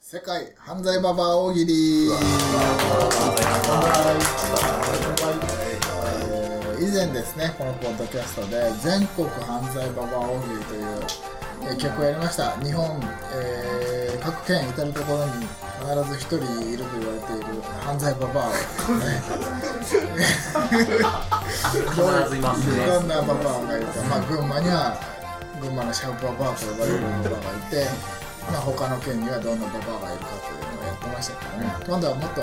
世界犯罪ババア大喜利えー以前ですねこのポッドキャストで全国犯罪ババア大喜利というえー曲をやりました日本、えー各県至る所に必ず一人いると言われている犯罪ババアをね必ずいますねいろんなババアがいると、まあ、群馬には群馬のシャープババアと呼ばれるババアがいて、まあ、他の県にはどんなババアがいるかというのをやってましたからね今度はもっと、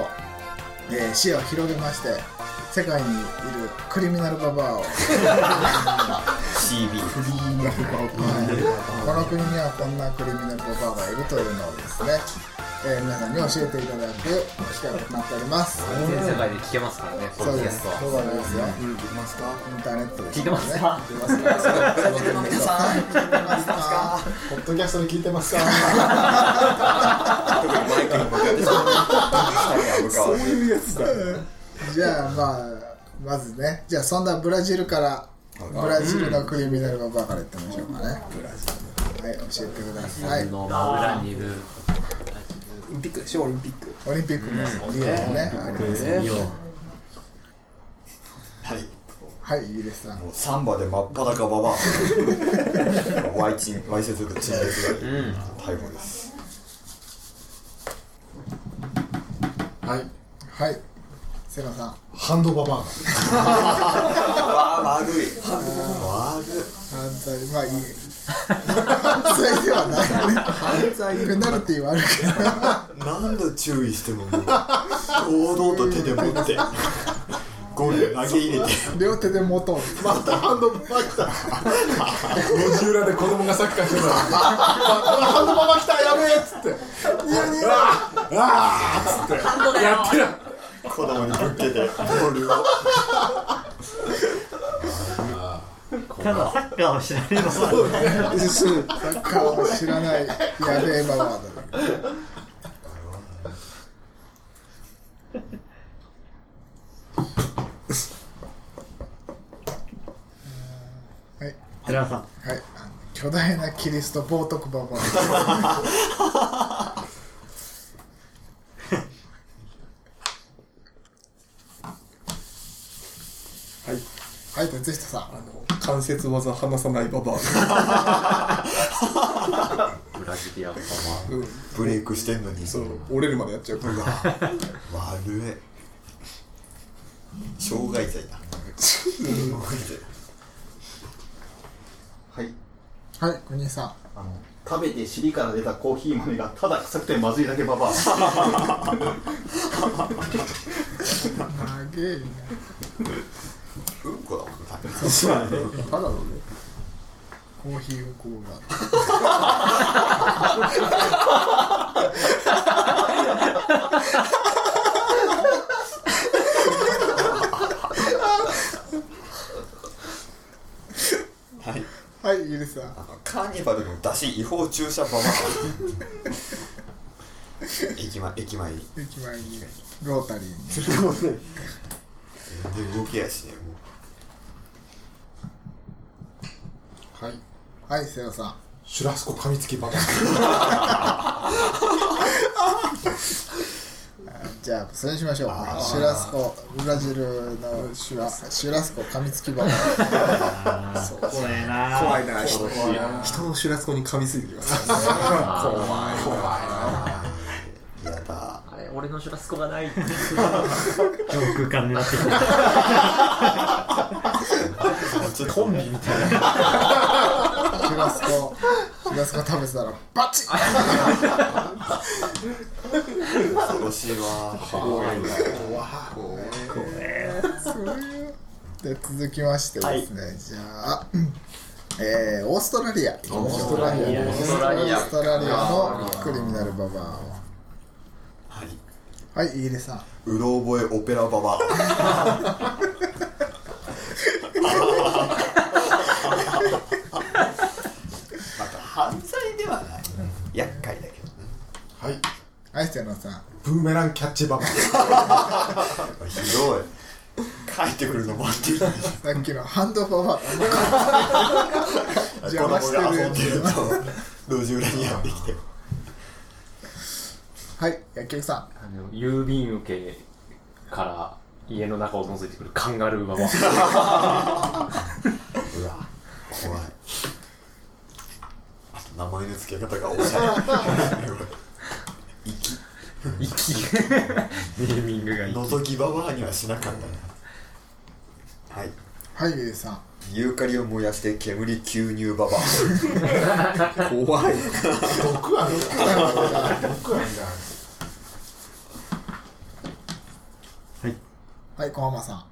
えー視野を広げまして世界にいるクリミナルババアを CB この国にはこんなクリミナルババアがいるというのをですね、えー皆さんに教えていただく機会となっております全世界で聞けますからねポそッうドキでャスす。トそはうなんですよ。聞きますか？インターネットで、ね。聞いてますか聞いてますか？聞いてますか？聞いてますか？ポッドキャストに聞いてますか？マイクに向かってそういうやつだじゃあまあまずね、じゃあそんなブラジルからブラジルのクリミナルババアから言ってみましょうかね。ブラジル。はい、教えてください。のブランニブオリンピックでしょオリンピックオリンピックのリオのね、ありますね。よはい。はい、イギリスさん。サンバで真っ裸ババア。ワイチン、ワイシャツでチンレスが逮捕です。はい。はい。セナさん。ハンドババアわあ、悪い。悪犯罪まあいい 犯罪ではないね犯罪ペナルティーはあるけどい。何度注意してももう、堂々と手で持って、ゴール投げ入れて、両手で持とうまたハンドババア来た路地裏で子供がサッカーしてたら「ハンドババア来たやべえ!」っつって「うわああーっつってやってる子供にぶっけて、ボールを。ただサッカーを知られるのはサッカーを知らないやべえババアだはい寺田さんはい巨大なキリスト冒涜ババアはいはい哲人さん関節技離さないババブラジリアンパア、うん、ブレイクしてんのに、そう折れるまでやっちゃううわ、悪い。障害罪だ。障害罪。はい、はい国井さんあの食べて尻から出たコーヒー豆がただ臭くてまずいだけババア長えなうんこだもんね。ただのねコーヒーをこうがはいイギリスさんカーニバルの出し違法駐車ババア駅前駅前に駅前にロータリーに全然動けやしねもうはいはいセロさんシュラスコ噛みつきババじゃあそれにしましょうシュラスコブラジルのシュラシュラスコ噛みつきババア怖えアな怖いな人人のシュラスコに噛みついてきます怖いやだあれ俺のシュラスコがない上空感になってきたコンビみたいシュラスコシュラスコ食べてたらバチッな恐ろしいわ怖いなで続きましてですね、じゃあ、えー、オーストラリアオーストラリアオーストラリアのクリミナルババはいアをはいイギリスさんうろ覚えオペラババアまた犯罪ではない厄介だけどねはいアイステナさんブーメランキャッチババアひどい帰ってくるの待ってるさっきのハンドババ ア邪魔してるやつ路地裏にやってきてはい薬局さあの郵便受けから家の中を覗いてくるカンガルーババうわ怖いあと名前の付け方がおしゃ れ息息ネーミングがいい覗きババアにはしなかったなはいんはいゆうさんユーカリを燃やして煙吸入ババ ア怖い毒ある毒あるじゃんはい小浜さん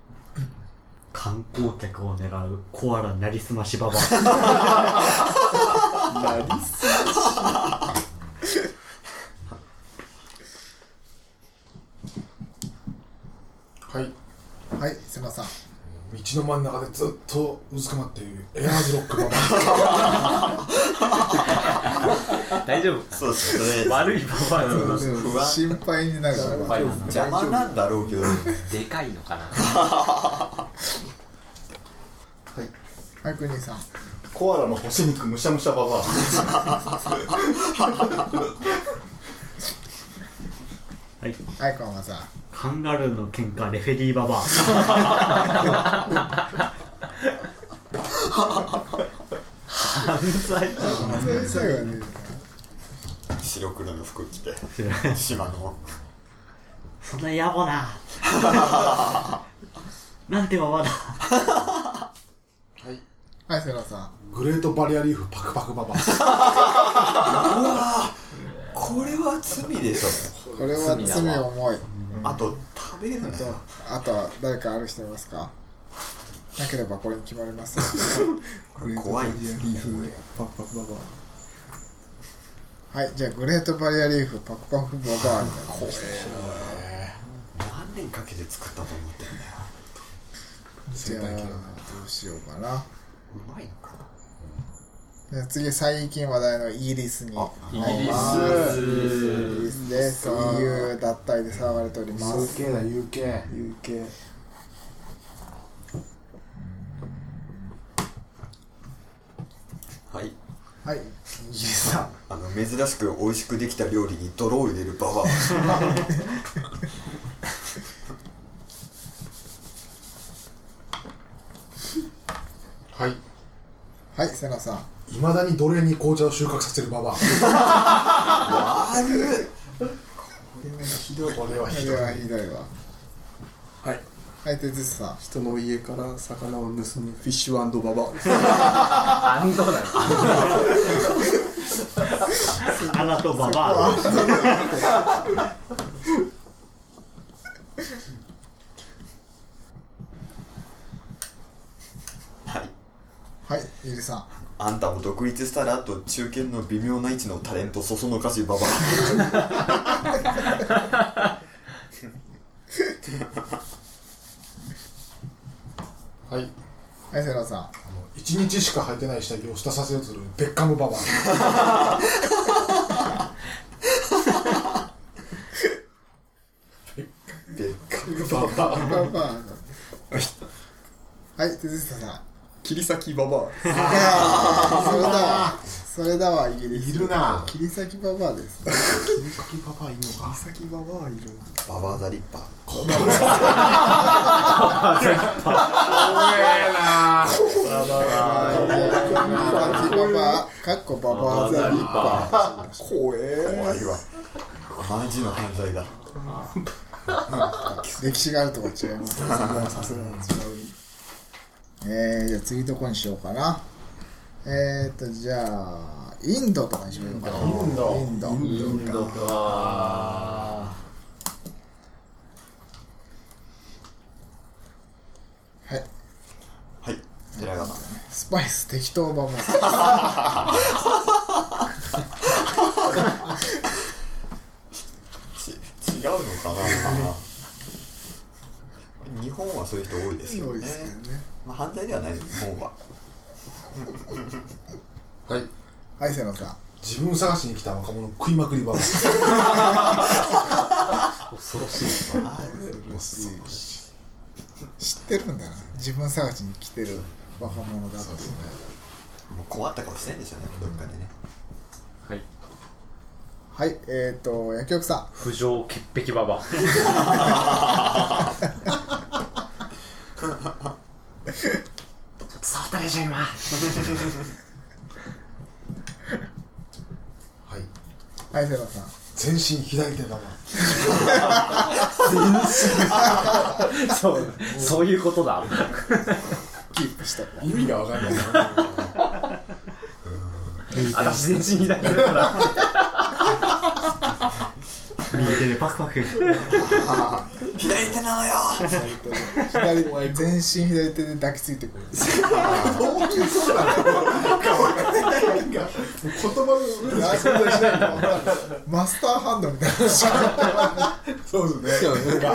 観光客を狙うコアラなりすましババはいはい瀬間さん道の真ん中でずっとうずくまっているエアーズロックババア大丈夫そうですね悪いババアの不安心配になるから配邪魔なんだろうけどでかいのかなはい国さんコアラの干し肉むしゃむしゃババアはいはい小浜さんカンガルーの喧嘩レフェリーババア最後はね白黒の服 着て島のそんな野暮 ななんてババアだはい瀬間さんグレートバリアリーフパクパクババアこれは罪でしょこれは罪重いあと食べるのとあとは誰かある人いますかなければこれに決まりますこれ怖いですねパクパクババアはいじゃあグレートバリアリーフパクパクババアみたいな何年かけて作ったと思ってんだよじゃあどうしようかなうまいのかなじゃあ次最近話題のイギリスにイギリスイギリスです EU 脱退で騒がれております UK だ UKUK はいはいイギリスさんあの珍しく美味しくできた料理に泥を入れるババアはいはい瀬名さんいまだに奴隷に紅茶を収穫させるババアあるこれはひそどれいはひどいわはいはい哲司さん人の家から魚を盗むフィッシュババアですアンドなのアナとババアはいはいゆりさんあんたも独立したらと中堅の微妙な位置のタレントそそのかしババアはいはい瀬名さん一日しか履いてない下着を下させようとするベッカムババア別格ババアババアはい哲司さん切り裂きババアそれだわそれだわイギリスいるな切り裂きババア です先パパいいのか先ババアいるババアザリッパーババアかっこババアザリッパー怖え怖いわマジの犯罪だ歴史があるとこ違いますねさすがなんですえー、じゃあ次どこにしようかなえーとじゃあインドとかにしようかなインドインドインドかはいはい寺川さんスパイス適当ババち違うのかな日本はそういう人多いですけど多いねですけどねまあ、犯罪ではないです日本ははいはい瀬野さん自分探しに来た若者食いまくりババア知ってるんだな自分探しに来てる若者だっていうもう困った顔してんでしょうねどっかでねはいはいえっ、ー、と薬局さ不浄潔癖ババアはいんはいセバさん全身左手だなそうそういうことだキープしたと意味がわかんないな私全身左手だから右手でパクパク左全身左手で抱きついてくる言葉の上であ存在しないのマスターハンドみたいなそうですね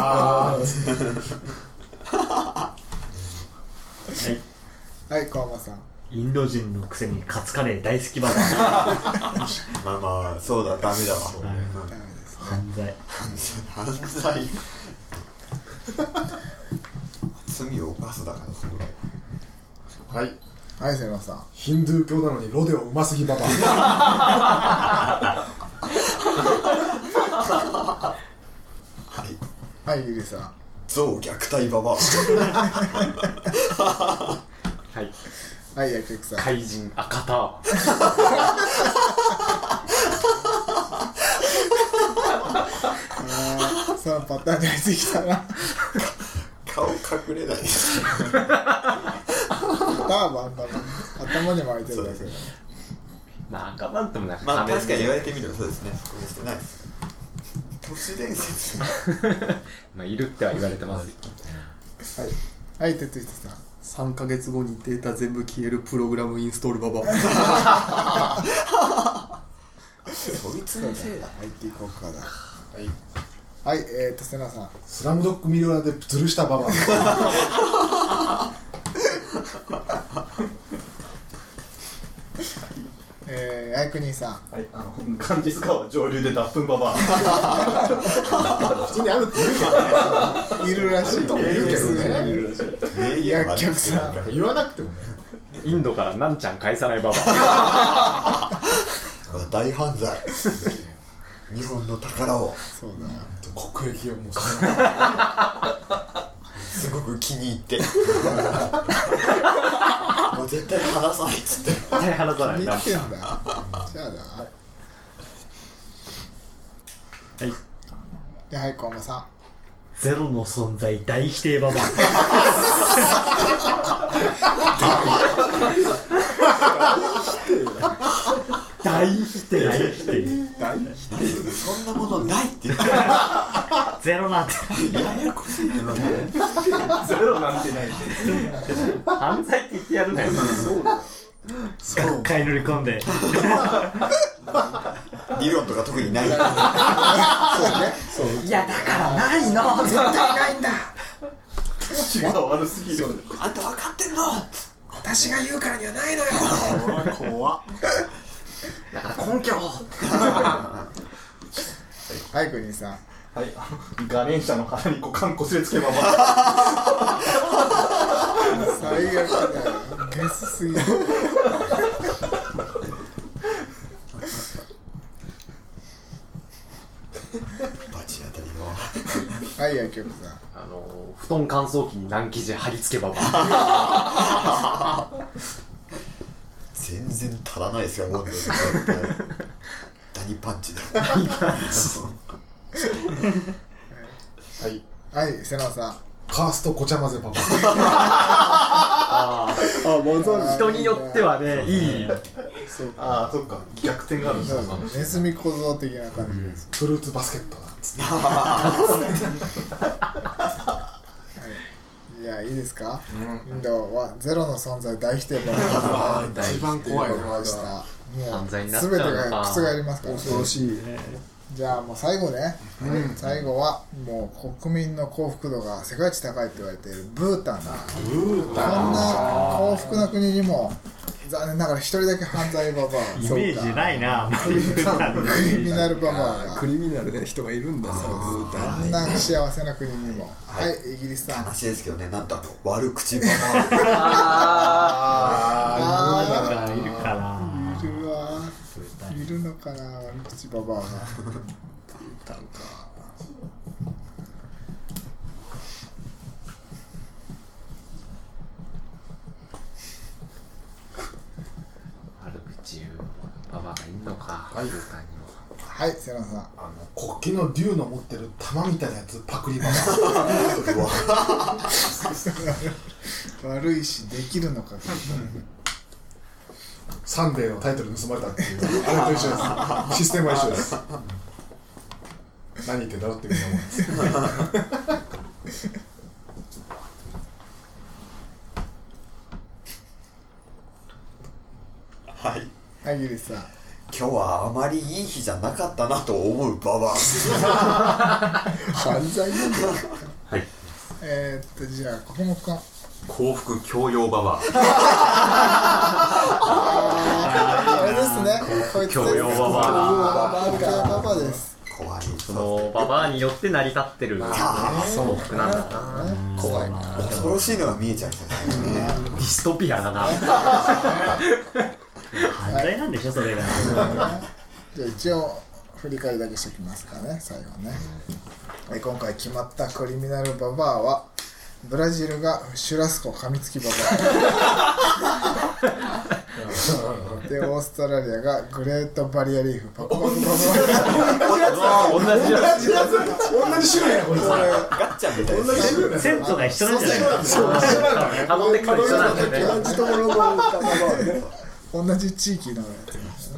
はい川間さんインド人のくせにカツカレー大好きババまあまあそうだダメだわアはい犯罪犯罪罪を犯すだからそれははいはいセバさんヒンドゥー教なのにロデオうますぎババアはいはいゆりさん象虐待ババアはいはい薬局さん怪人赤タワーそのパターンに入ってきたな顔隠れないターバンだもん頭に巻いてるだけだなんかなんともなくまあ仮面確かに言われてみればそうですねそこにしてないです都市伝説まあいるっては言われてますよはい哲一さん3ヶ月後にデータ全部消えるプログラムインストールババアそいつのせいだ IT 国家だはいはいえーと瀬名さんスラムドッグミラーでズルしたババアえーあいくにさんはい、あの、ガンジス川上流で脱粉ババア。普通にあるって言ういけるらしいいるけどね薬局さんどね言わなくてもねインドからなんちゃん返さないババ大犯 罪日本の宝をそうだな国益を もうすごく気に入って もう絶対離さないっつってア絶対話さない見なてんだじゃあなはいはいではい河間さんゼロの存在大否定バ バア大否定大否定そんなものないって言っゼロなんてゼロなんてない。犯罪って言ってやるなよ学会乗り込んで理論とか特にないいやだからないの絶対ないんだ口が悪すぎる。あんた分かってんの私が言うからにはないのよ怖っはいくにさんはい、あの、ガネーシャの腹に股間こすりつけババア。最悪だよゲスすぎるバチ当たりのはい薬局さんあの布団乾燥機に軟生地貼り付けババア全然足らないですよもうダニパンチだはい瀬名さんカーストごちゃ混ぜババ人によってはねいいああ、そっか、逆転があるんだ。ネズミ小僧的な感じですアフルーツバスケットだっつっていやいいですかインドはゼロの存在大否定ばか一番怖いりのましたも犯う罪になっちゃ全うてのがか覆りますからね恐ろしいじゃあもう最後ね、最後はもう国民の幸福度が世界一高いと言われているブータンだこんな幸福な国にも残念ながら一人だけ犯罪ババアイメージないなクリミナルババアクリミナルな人がいるんだそうがこんな幸せな国にもはい、イギリスさん話ですけどねなんとあの悪口ババあーいるかないるわいるのかかな悪口ババアがたんか悪口言うババアがいんのか、はい空間にもはい瀬野さんあの国旗の竜の持ってる玉みたいなやつパクリババ悪いしできるのかっていうアサンデーのタイトル盗まれたっていうあれと一緒ですシステムは一緒です何言ってんだろうってみんな思うんです はいはいゆりさん今日はあまりいい日じゃなかったなと思うババ犯罪なんだよはいえーっとじゃあここもか幸福教養ババあれですねこいつ教養ババアババババですア怖いアそのババアによって成り立ってる幸福なんだな怖いな恐ろしいのが見えちゃいますねディストピアだな犯罪なんでしょそれがじゃあ一応振り返りだけしときますかね最後ね、え今回決まったクリミナルババアはブラジルがシュラスコ噛みつきバ バアでオーストラリアがグレートバリアリーフパクパクババ 同じじゃない同じ種類やこれガッチャンみたいですねセントが一緒なんじゃないハモってくる人なんだアよね同じところのババアね同じ地域のやってますね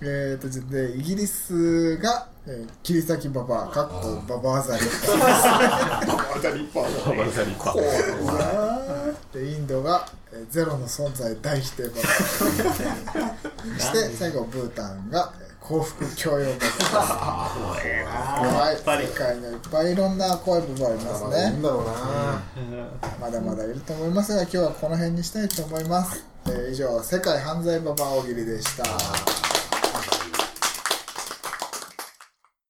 えーとでイギリスが、えー、切り裂きババアかっこババアザリでインドが、えーゼロの存在大否定ババアそして最後ブータンが、えー幸福教養ババア怖い世界にはいっぱいいろんな怖い部分ありますいいんねだろうなまだまだいると思いますが今日はこの辺にしたいと思います、えー以上世界犯罪ババア大喜利でした